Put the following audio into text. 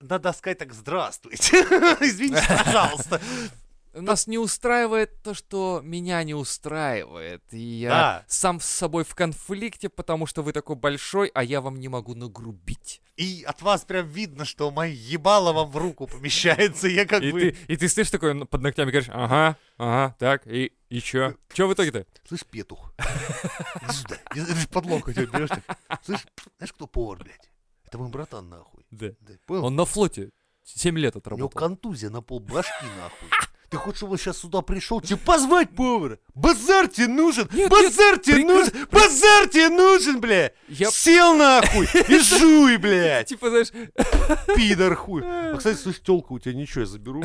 Надо сказать так, здравствуйте. Извините, пожалуйста. Э, Нас не устраивает то, что меня не устраивает. И я Да. сам с собой в конфликте, потому что вы такой большой, а я вам не могу нагрубить. И от вас прям видно, что мои ебало вам в руку помещается. Я как И бы... ты, и ты стоишь такой н- под ногтями, говоришь, ага, ага, так, и, и Э, чё? Чё в итоге-то? Слышь, петух, иди сюда. Я знаешь, под локоть тебя берешь так. Слышь, знаешь, кто повар, блядь? Это мой братан, нахуй. Да. Да, понял? Он на флоте 7 лет У него отработал. контузия на пол башки, нахуй. Ты хочешь, чтобы он сейчас сюда пришел? Тебе позвать повара! Базар тебе нужен! Нет, Базар тебе прекрасно, нужен! Базар тебе нужен, бля! Я, Сел нахуй и жуй, блядь! типа, знаешь, Пидор хуй! А, кстати, слышь, телка у тебя ничего, я заберу.